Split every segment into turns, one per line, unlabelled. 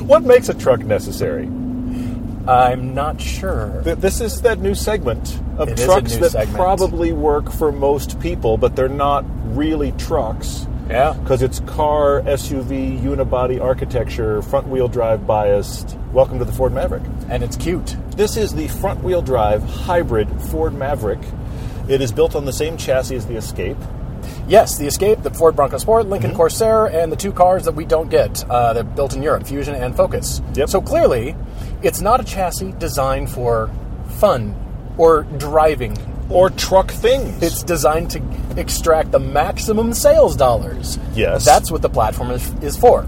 What makes a truck necessary?
I'm not sure.
Th- This is that new segment of
It is a
trucks
new
that
segment.
probably work for most people, but they're not really trucks
Yeah.
because it's car, SUV, unibody architecture, front wheel drive biased. Welcome to the Ford Maverick.
And it's cute.
This is the front wheel drive hybrid Ford Maverick. It is built on the same chassis as the Escape.
Yes, the Escape, the Ford Bronco Sport, Lincoln
Mm-hmm.
Corsair, and the two cars that we don't get uh, that are built in Europe, Fusion and Focus.
Yep.
So clearly, it's not a chassis designed for fun or driving.
Or truck things.
It's designed to extract the maximum sales dollars.
Yes.
That's what the platform is, is for.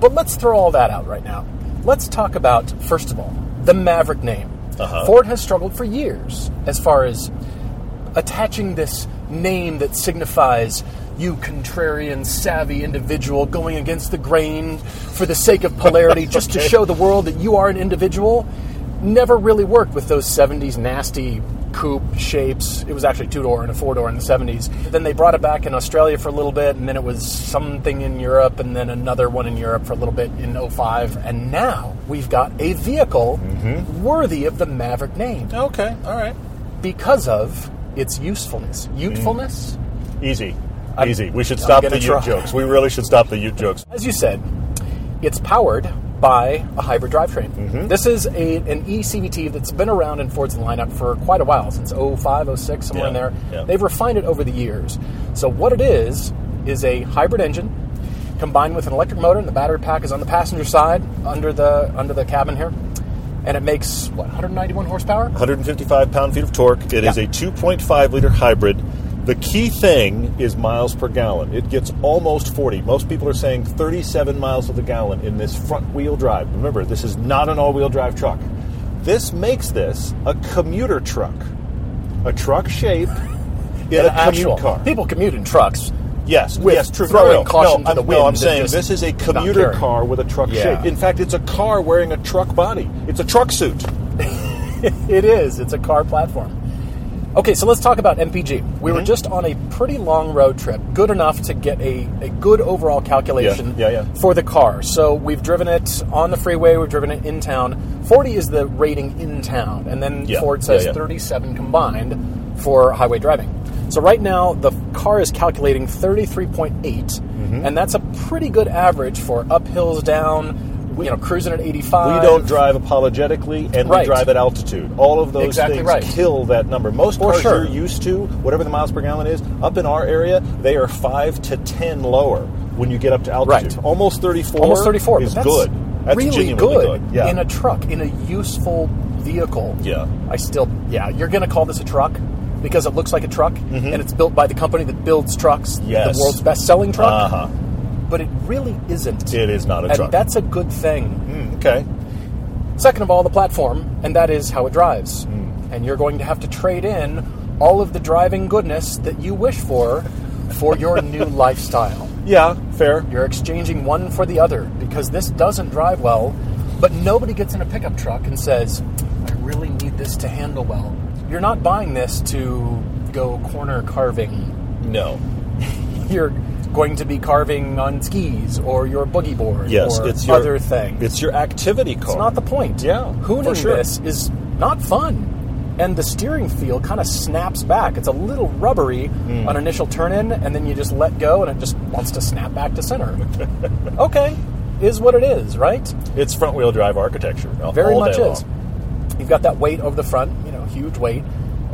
But let's throw all that out right now. Let's talk about, first of all, the Maverick name.
Uh-huh.
Ford has struggled for years as far as attaching this name that signifies you contrarian, savvy individual going against the grain for the sake of polarity, just to show the world that you are an individual, never really worked with those 70s nasty coupe shapes. It was actually two door and a four door in the 70s. Then they brought it back in Australia for a little bit, and then it was something in Europe, and then another one in Europe for a little bit in 05. And now we've got a vehicle worthy of the Maverick name
okay, all right.
because of its usefulness. Usefulness,
Mm. Easy.
I'm-
Easy. We should
I'm
stop
gonna
the
try.
Ute jokes. We really should stop the Ute jokes.
as you said, it's powered by a hybrid drivetrain.
Mm-hmm.
This is a, an E eCVT that's been around in Ford's lineup for quite a while, since 05, 06, somewhere
Yeah,
in there.
yeah.
They've refined it over the years. So what it is is a hybrid engine combined with an electric motor, and the battery pack is on the passenger side under the under the cabin here, and it makes what 191 horsepower.
155 pound feet of torque. It is
Yeah.
a 2.5 liter hybrid. The key thing is miles per gallon. It gets almost 40. Most people are saying 37 miles to the gallon in this front wheel drive. Remember, this is not an all wheel drive truck. This makes this a commuter truck, a truck shape in
An
a commute car.
people commute in trucks.
Yes,
with
yes, true.
throwing
no, no,
caution
no,
to the
I'm-
wind
No, I'm
and
saying
just
this is a
not
commuter
caring.
car with a truck
Yeah.
shape. In fact, it's a car wearing a truck body. It's a truck suit.
It is. It's a car platform. Okay, so let's talk about MPG. We
Mhm.
were just on a pretty long road trip, good enough to get a, a good overall calculation
Yeah, yeah, yeah.
for the car. So we've driven it on the freeway, we've driven it in town. 40 is the rating in town, and then
Yeah,
Ford
yeah,
says
yeah.
37 combined for highway driving. So right now, the car is calculating 33.8,
Mm-hmm.
and that's a pretty good average for uphills, down, you know, cruising at 85.
We don't drive apologetically, and we
Uh, Right.
drive at altitude. All of those
Exactly
things
right.
kill that number. Most
For
cars
sure.
you're used to, whatever the miles per gallon is, up in our area, they are five to ten lower when you get up to altitude.
Right.
Almost thirty-four.
almost 34
is
but that's
good. That's
really
genuinely
good,
Yeah.
in a truck in a useful vehicle
Yeah.
i still yeah you're gonna call this a truck because it looks like a truck and it's built by the company that builds trucks
Mm-hmm. Yes.
the world's best-selling truck
uh-huh.
but it really isn't
It is not a
and
truck.
that's a good thing
Mm, okay.
Second of all, the platform, and that is how it drives.
Mm.
And you're going to have to trade in all of the driving goodness that you wish for for your new lifestyle.
Yeah. Fair.
You're exchanging one for the other because this doesn't drive well, but nobody gets in a pickup truck and says, I really need this to handle well. You're not buying this to go corner carving.
No.
You're going to be carving on skis or your boogie board
Yes.
or
it's your
other things.
It's your activity car.
It's not the point.
Yeah, for
Hooning
sure.
this is not fun. And the steering feel kind of snaps back. It's a little rubbery
Hmm.
on initial turn in, and then you just let go and it just wants to snap back to center. okay, is what it is, right?
It's front-wheel drive architecture. all-
Very
all
much
day
is.
long.
You've got that weight over the front, you know, huge weight,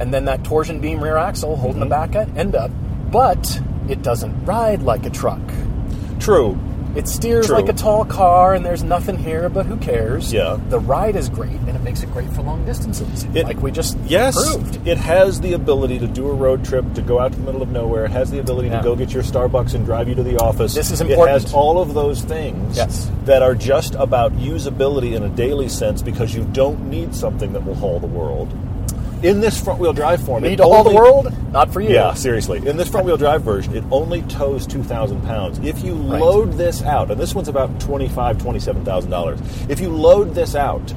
and then that torsion beam rear axle holding the
Mm-hmm.
back end up, but it doesn't ride like a truck.
True.
It steers
True.
like a tall car, and there's nothing here, but who cares?
Yeah.
The ride is great, and it makes it great for long distances,
It-
like we just
Yes,
proved.
it has the ability to do a road trip, to go out to the middle of nowhere. It has the ability
Yeah.
to go get your Starbucks and drive you to the office.
This is important.
It has all of those things
Yes.
that are just about usability in a daily sense because you don't need something that will haul the world. In this front wheel drive form, it
Need to all the
only-
world? Not for you.
Yeah, seriously. In this front wheel drive version, it only tows 2,000 pounds. If you
Right.
load this out, and this one's about $25,000, $27,000, if you load this out,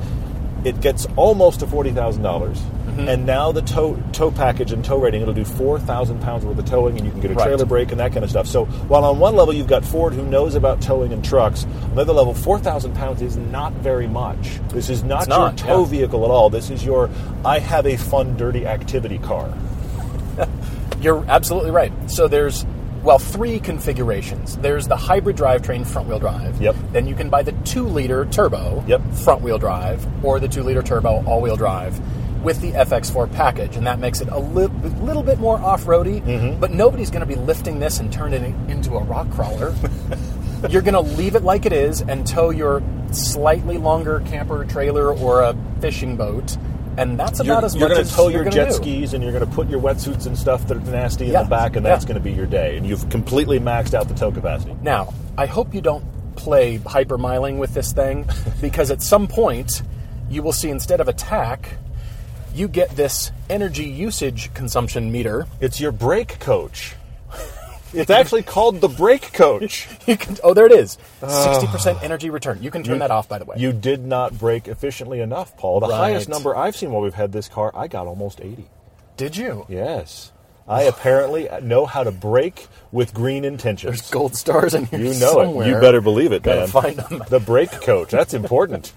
it gets almost to $40,000.
Mm-hmm.
And now the tow tow package and tow rating it'll do four thousand pounds worth of towing, and you can get a
Right.
trailer brake and that kind of stuff. So while on one level you've got Ford who knows about towing and trucks, on the other level four thousand pounds is not very much. This is not
It's
your
not,
tow
yeah.
vehicle at all. This is your I have a fun dirty activity car.
You're absolutely right. So there's well three configurations. There's the hybrid drivetrain front wheel drive.
Yep.
Then you can buy the two liter turbo.
Yep.
Front wheel drive or the two liter turbo all wheel drive with the FX4 package, and that makes it a li- little bit more off roady.
Mm-hmm.
But nobody's going to be lifting this and turning it into a rock crawler. You're going to leave it like it is and tow your slightly longer camper trailer or a fishing boat. And that's about
You're,
as
you're
much
going
as
to tow
you're
your
gonna
jet
do.
skis, and you're going to put your wetsuits and stuff that are nasty in
Yeah.
the back, and
Yeah.
that's going to be your day. And you've completely maxed out the tow capacity.
Now, I hope you don't play hypermiling with this thing because at some point you will see instead of a tack, you get this energy usage consumption meter.
It's your brake coach. It's actually called the brake coach.
You can oh there it is. 60% energy return. You can turn that off by the way.
You did not brake efficiently enough, Paul. The
Right.
highest number I've seen while we've had this car, I got almost 80.
Did you?
Yes. I apparently know how to brake with green intentions.
There's gold stars in here
you know
somewhere.
it. You better believe it,
Gotta
man.
find 'em.
The brake coach. That's important.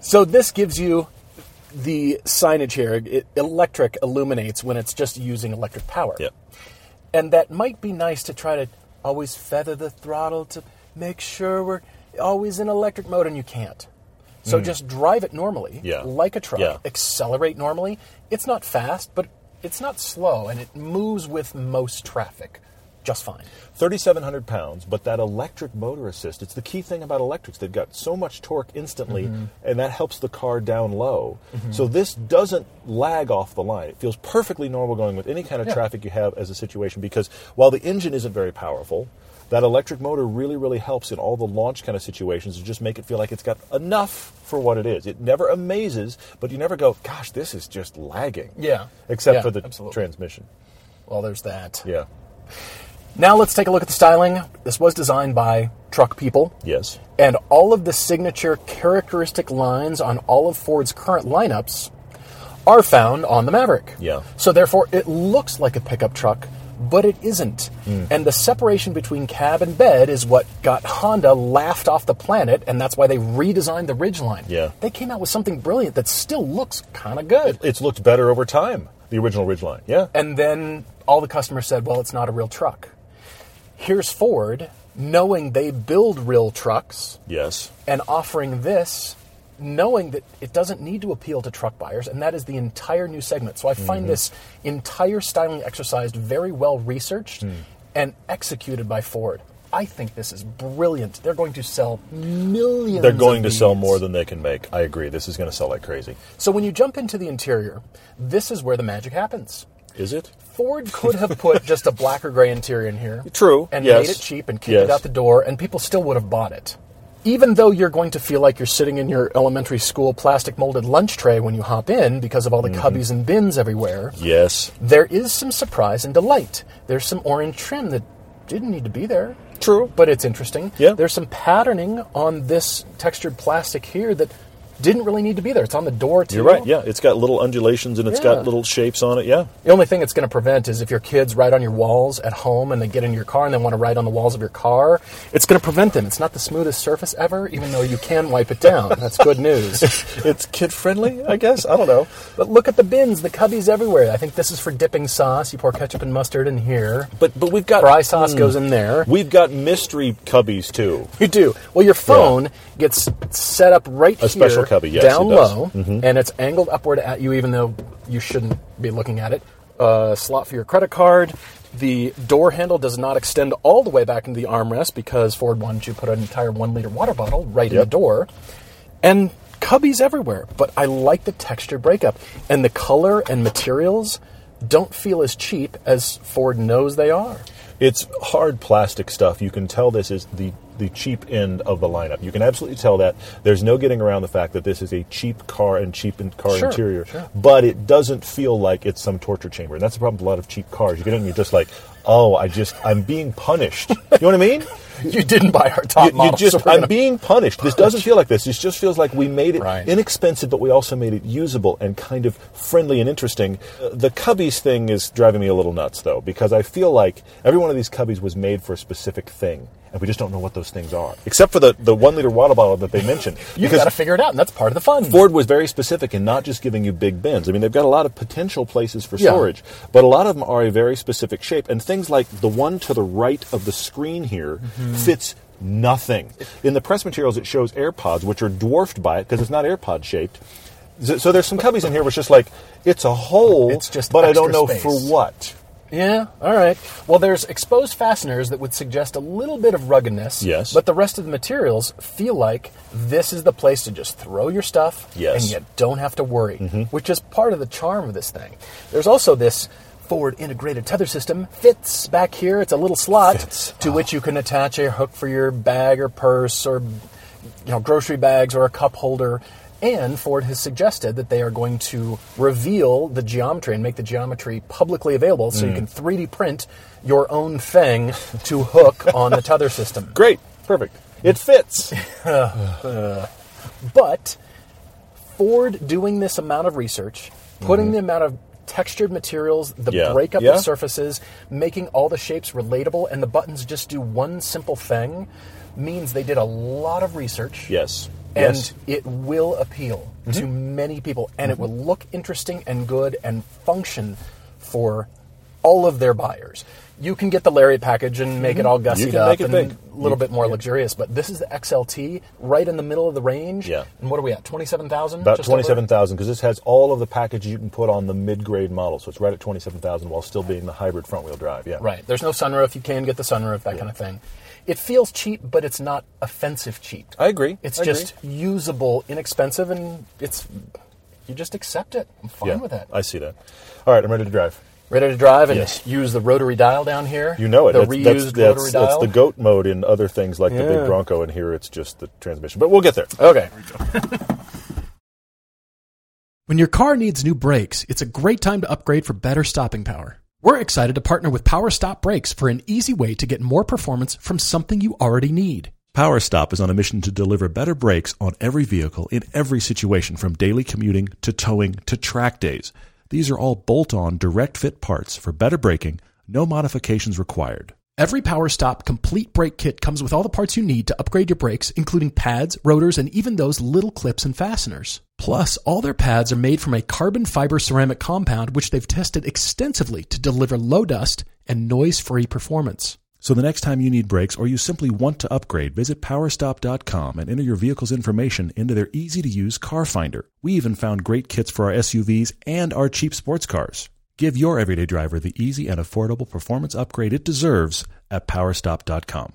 So this gives you the signage here. It electric illuminates when it's just using electric power. and that might be nice to try to always feather the throttle to make sure we're always in electric mode and you can't so just drive it normally
Yeah.
like a truck
Yeah.
accelerate normally it's not fast but it's not slow and it moves with most traffic just fine
3,700 pounds, but that electric motor assist, it's the key thing about electrics. They've got so much torque instantly,
Mm-hmm.
and that helps the car down low. So this doesn't lag off the line. It feels perfectly normal going with any kind of traffic you have as a situation because while the engine isn't very powerful, that electric motor really, really helps in all the launch kind of situations to just make it feel like it's got enough for what it is. It never amazes, but you never go, gosh, this is just lagging.
Yeah.
Except
Yeah,
for the
absolutely.
transmission.
well there's that
Yeah.
now let's take a look at the styling this was designed by truck people
Yes.
and all of the signature characteristic lines on all of Ford's current lineups are found on the Maverick.
Yeah.
So therefore, it looks like a pickup truck, but it isn't.
Hmm.
And the separation between cab and bed is what got Honda laughed off the planet, and that's why they redesigned the Ridgeline.
Yeah.
They came out with something brilliant that still looks kind of good.
it's looked better over time. The original Ridgeline, yeah.
And then all the customers said, well, it's not a real truck. Here's Ford knowing they build real trucks
Yes,
and offering this knowing that it doesn't need to appeal to truck buyers and that is the entire new segment so i find
Mm-hmm.
this entire styling exercise very well researched
Hmm.
and executed by ford i think this is brilliant they're going to sell millions
they're going
of
to sell
these.
more than they can make. I agree. This is going to sell like crazy.
so when you jump into the interior this is where the magic happens
Is it?
Ford could have put just a black or gray interior in here.
True,
And
yes.
made it cheap and kicked
Yes.
it out the door, and people still would have bought it. Even though you're going to feel like you're sitting in your elementary school plastic molded lunch tray when you hop in because of all the
Mm-hmm.
cubbies and bins everywhere,
Yes,
there is some surprise and delight. There's some orange trim that didn't need to be there.
True.
But it's interesting.
Yeah.
There's some patterning on this textured plastic here that didn't really need to be there. It's on the door, too.
you're right. Yeah, it's got little undulations and it's
Yeah.
got little shapes on it. Yeah,
The only thing it's going to prevent is if your kids write on your walls at home and they get in your car and they want to write on the walls of your car, it's going to prevent them. It's not the smoothest surface ever, even though you can wipe it down. That's good news.
it's kid friendly, I guess. I don't know.
but look at the bins, the cubbies everywhere. I think this is for dipping sauce. You pour ketchup and mustard in here.
But but we've got
Fry sauce
Hmm.
goes in there.
We've got mystery cubbies too.
You do. Well, your phone gets set up right here,
special cubby, yes,
down
it does. Mm-hmm.
low, and it's angled upward at you, even though you shouldn't be looking at it. Uh, slot for your credit card. The door handle does not extend all the way back into the armrest because Ford wanted you to put an entire one liter water bottle right in the
Yep.
door. And cubbies everywhere. But I like the texture breakup. And the color and materials don't feel as cheap as Ford knows they are.
It's hard plastic stuff. You can tell this is the the cheap end of the lineup. You can absolutely tell that. There's no getting around the fact that this is a cheap car and cheap in- car
Sure,
interior.
sure.
But it doesn't feel like it's some torture chamber. And that's the problem with a lot of cheap cars. You get in and you're just like, oh, I just I'm being punished. You know what I mean?
you didn't buy our top
you, you
model. so
just,
we're
I'm
gonna-
being punished. This doesn't feel like this. This just feels like we made it
Right.
inexpensive, but we also made it usable and kind of friendly and interesting. Uh, The cubbies thing is driving me a little nuts, though, because I feel like every one of these cubbies was made for a specific thing, and we just don't know what those things are, except for the, the one liter water bottle that they mentioned.
You've
Because
got to figure it out, and that's part of the fun.
Ford was very specific in not just giving you big bins. I mean, they've got a lot of potential places for
Yeah.
storage, but a lot of them are a very specific shape. And things like the one to the right of the screen here
Mm-hmm.
fits nothing. In the press materials, it shows AirPods, which are dwarfed by it because it's not AirPod shaped. So so there's some cubbies in here which just like it's a hole,
It's just
but I
extra
don't know
space.
for what.
Yeah, all right. Well, there's exposed fasteners that would suggest a little bit of ruggedness.
Yes.
But the rest of the materials feel like this is the place to just throw your stuff
Yes. Mm-hmm.
and you don't have to worry, which is part of the charm of this thing. There's also this forward integrated tether system fits back here. It's a little slot
Fits.
to which you can attach a hook for your bag or purse or you know grocery bags or a cup holder. And Ford has suggested that they are going to reveal the geometry and make the geometry publicly available so you can 3D print your own thing to hook on the tether system.
Great, perfect. It fits.
But Ford doing this amount of research, putting the amount of textured materials, the
Mm-hmm. Yeah.
breakup
Yeah.
of surfaces, making all the shapes relatable, and the buttons just do one simple thing means they did a lot of research.
yes.
And
yes. Mm-hmm.
it will appeal to many people, and it will look interesting and good and function for all of their buyers. You can get the Lariat package and make it all gussied
Mm-hmm. can
up
make it
and
big.
a little bit more luxurious, but this is the XLT right in the middle of the range.
Yeah.
And what are we at? Twenty-seven thousand.
About twenty-seven thousand, because this has all of the packages you can put on the mid-grade model, so it's right at twenty-seven thousand, while still being the hybrid front-wheel drive. Yeah,
Right. There's no sunroof. You can get the sunroof, that kind of thing. It feels cheap, but it's not offensive cheap.
I agree.
It's
I agree.
just usable, inexpensive, and it's you just accept it. I'm fine
Yeah,
with that.
I see that. All right, I'm ready to drive.
Ready to drive and
Yes.
use the rotary dial down here.
You know it.
The
that's,
reused
that's- that's-
rotary
that's
dial.
the goat mode in other things like the
Yeah.
big Bronco, and here it's just the transmission. But we'll get there.
okay.
When your car needs new brakes, it's a great time to upgrade for better stopping power. We're excited to partner with Power Stop Brakes for an easy way to get more performance from something you already need.
Power Stop is on a mission to deliver better brakes on every vehicle in every situation from daily commuting to towing to track days. These are all bolt on direct fit parts for better braking, no modifications required.
Every Power Stop complete brake kit comes with all the parts you need to upgrade your brakes, including pads, rotors, and even those little clips and fasteners. Plus, all their pads are made from a carbon fiber ceramic compound which they've tested extensively to deliver low dust and noise free performance.
So the next time you need brakes or you simply want to upgrade, visit powerstop.com and enter your vehicle's information into their easy to use car finder. We even found great kits for our SUVs and our cheap sports cars. Give your everyday driver the easy and affordable performance upgrade it deserves at powerstop.com.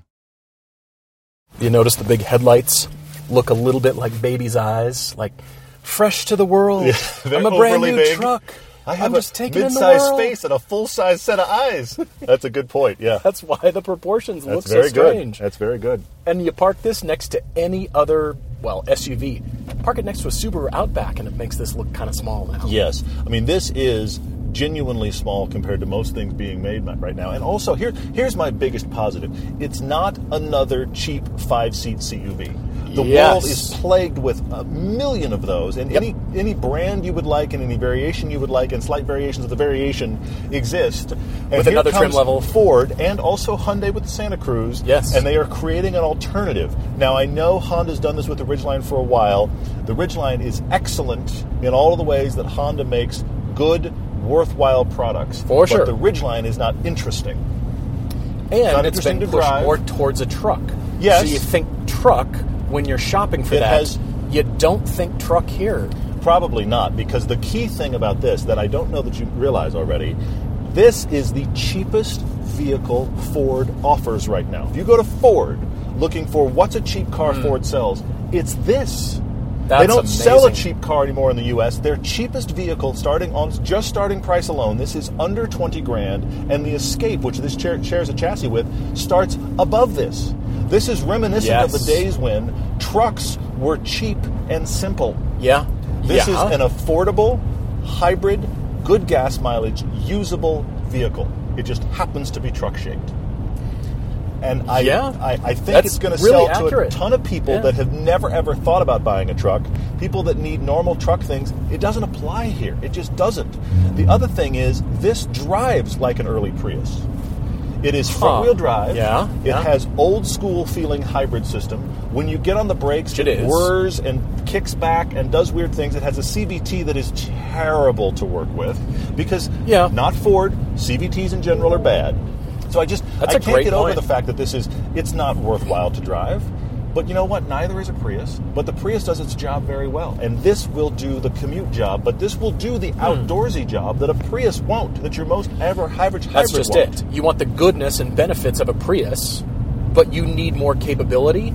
You notice the big headlights look a little bit like baby's eyes, like fresh to the world.
Yeah, they're
I'm a brand
overly
new
big.
truck.
I have
am just
a
taking in the
mid-sized
world.
face and a full-size set of eyes. That's a good point. Yeah,
That's why the proportions
that's
look
very
so
good.
strange.
That's very good.
And you park this next to any other, well, SUV. Park it next to a Subaru Outback, and it makes this look kind of small now.
Yes. I mean, this is genuinely small compared to most things being made mi- right now. And also, here, here's my biggest positive it's not another cheap five seat CUV. The world
Yes.
is plagued with a million of those, and any any brand you would like, and any variation you would like, and slight variations of the variation exist. And
With
here
another trim
comes
level.
Ford and also Hyundai with the Santa Cruz.
Yes.
and they are creating an alternative. Now, I know Honda's done this with the Ridgeline for a while. The Ridgeline is excellent in all of the ways that Honda makes good, worthwhile products.
For
but
sure.
the Ridgeline is not interesting. not
and it's
interesting
been
to
pushed
drive.
more towards a truck.
Yes.
So you think truck when you're shopping for
It
that.
has-
you don't think truck here.
Probably not, because the key thing about this that I don't know that you realize already, this is the cheapest vehicle Ford offers right now. If you go to Ford looking for what's a cheap car Ford sells, it's this.
Hmm. That's
they don't sell a
amazing.
cheap car anymore in the U.S. Their cheapest vehicle, starting on just starting price alone, this is under twenty grand, and the Escape, which this chair, shares a chassis with, starts above this. This is reminiscent of the
Yes.
days when trucks were cheap and simple.
Yeah.
This
yeah.
is an affordable, hybrid, good gas mileage, usable vehicle. It just happens to be truck shaped. And I,
Yeah.
I, I think
That's
it's going to
really
sell
accurate.
to a ton of people
Yeah.
that have never ever thought about buying a truck. People that need normal truck things. It doesn't apply here. It just doesn't. The other thing is this drives like an early Prius. It is front wheel drive.
Yeah,
It
yeah.
has old school feeling hybrid system. When you get on the brakes,
It
it,
is.
whirs and kicks back and does weird things. It has a CVT that is terrible to work with because
Yeah.
not Ford. CVTs in general are bad. So I just
That's
I
a
can't
great
get over
point.
the fact that this is it's not worthwhile to drive. But you know what? Neither is a Prius. But the Prius does its job very well, and this will do the commute job. But this will do
Hmm.
the outdoorsy job that a Prius won't. That your most ever hybrid
That's
hybrid
just
won't.
it. You want the goodness and benefits of a Prius, but you need more capability.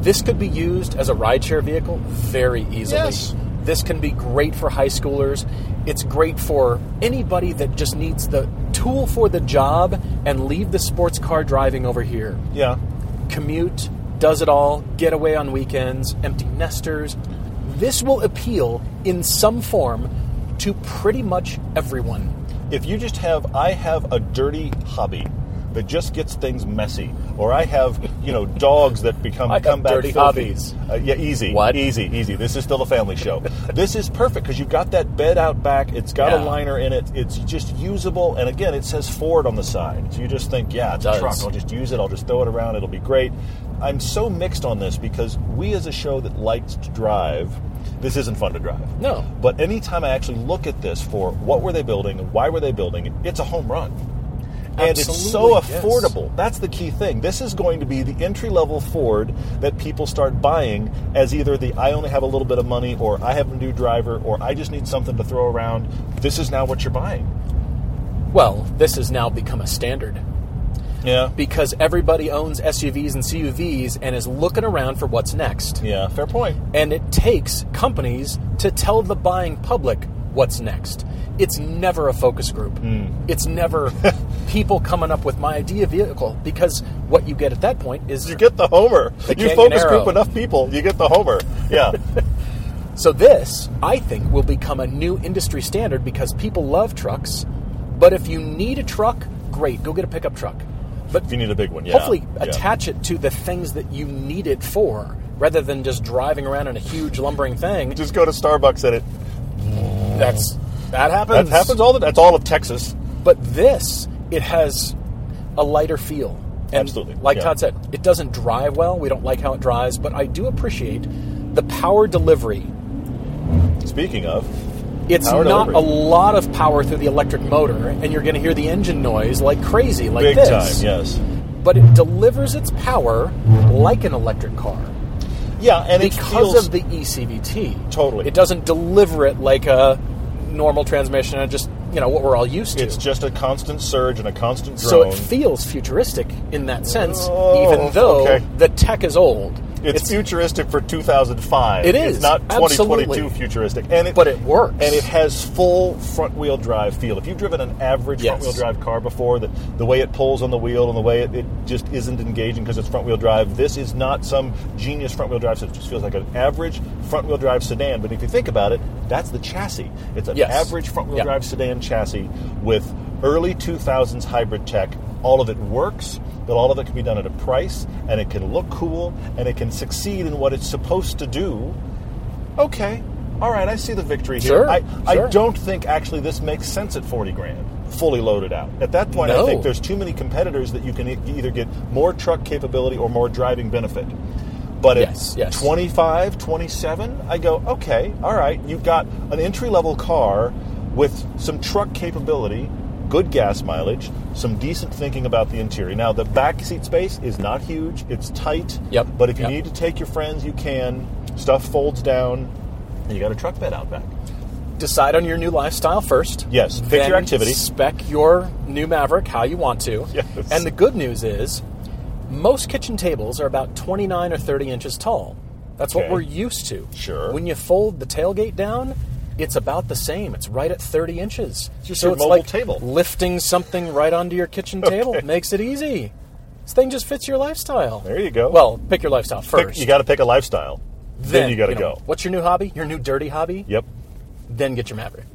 This could be used as a rideshare vehicle very easily.
Yes.
This can be great for high schoolers. It's great for anybody that just needs the tool for the job and leave the sports car driving over here.
Yeah.
Commute, does it all, get away on weekends, empty nesters. This will appeal in some form to pretty much everyone.
if you just have i have a dirty hobby that just gets things messy or i have you know dogs that become
I have
come back
dirty
filthy.
hobbies.
Uh, yeah easy
What?
easy easy this is still a family show this is perfect because you've got that bed out back it's got a
Yeah.
liner in it it's just usable and again it says ford on the side so you just think yeah it's
It
a
does.
truck i'll just use it i'll just throw it around it'll be great i'm so mixed on this because we as a show that likes to drive this isn't fun to drive
No.
but anytime I actually look at this for what were they building, why were they building it, it's a home run. And it's so
Absolutely, yes.
affordable. That's the key thing. This is going to be the entry level Ford that people start buying as either the I only have a little bit of money or I have a new driver or I just need something to throw around. This is now what you're buying.
Well, this has now become a standard
Yeah.
because everybody owns SUVs and CUVs and is looking around for what's next.
Yeah, fair point.
And it takes companies to tell the buying public what's next. It's never a focus group. It's never people coming up with my idea vehicle because what you get at that point is
You get the homer. You
Canyon
focus
Arrow.
group enough people, you get the homer. Yeah.
So this, I think, will become a new industry standard because people love trucks. But if you need a truck, great, go get a pickup truck. But
if you need a big one, yeah.
hopefully
Yeah.
attach it to the things that you need it for, rather than just driving around in a huge lumbering thing.
Just go to Starbucks and it
That's that
that
happens.
happens all the that's all of Texas.
But this, it has a lighter feel. And
Absolutely,
Like
yeah.
Todd said, it doesn't drive well. We don't like how it drives, but I do appreciate the power delivery
Speaking of,
It's
Power
not
delivery.
a lot of power through the electric motor, and you're going to hear the engine noise like crazy, like
Big
this.
time, yes.
But it delivers its power like an electric car
Yeah, and it
because
feels
of the eCVT.
Totally.
it doesn't deliver it like a normal transmission. and Just you know what we're all used to.
it's just a constant surge and a constant drone.
so it feels futuristic in that sense,
Oh,
even thoug
'kay.
though the tech is old.
it's, futuristic for 2005.
It
It's
is,
not 2022
absolutely.
futuristic, and it,
But it works.
and it has full front-wheel drive feel. If you've driven an average
Yes.
front-wheel drive car before, that the way it pulls on the wheel and the way it, it just isn't engaging because it's front-wheel drive. This is not some genius front-wheel drive. So it just feels like an average front-wheel drive sedan. But if you think about it, that's the chassis. It's an
Yes.
average front-wheel
Yeah.
drive sedan chassis with early 2000s hybrid tech. All of it works, but all of it can be done at a price, and it can look cool, and it can succeed in what it's supposed to do. Okay, all right, I see the victory here.
Sure,
I, I
sure.
don't think actually this makes sense at 40 grand, fully loaded out. At that point, I
No.
think there's too many competitors that you can e- either get more truck capability or more driving benefit. But at
Yes, yes.
25, 27, I go, okay, all right, you've got an entry level car with some truck capability, good gas mileage, some decent thinking about the interior. Now, the back seat space is not huge, it's tight.
Yep,
But if you
yep.
need to take your friends, you can. Stuff folds down, and you got a truck bed out back.
decide on your new lifestyle first.
Yes, pick your
Then
activity.
Spec your new Maverick how you want to.
Yes.
And the good news is, most kitchen tables are about 29 or 30 inches tall. That's
Okay.
what we're used to.
Sure.
When you fold the tailgate down, it's about the same. It's right at 30 inches.
just
so
your
it's
mobile
like
table.
lifting something right onto your kitchen table makes it easy. This thing just fits your lifestyle.
There you go.
Well, pick your lifestyle first.
Pick, you got to pick a lifestyle. Then, you got to
know,
go.
What's your new hobby? Your new dirty hobby?
Yep.
Then get your Maverick.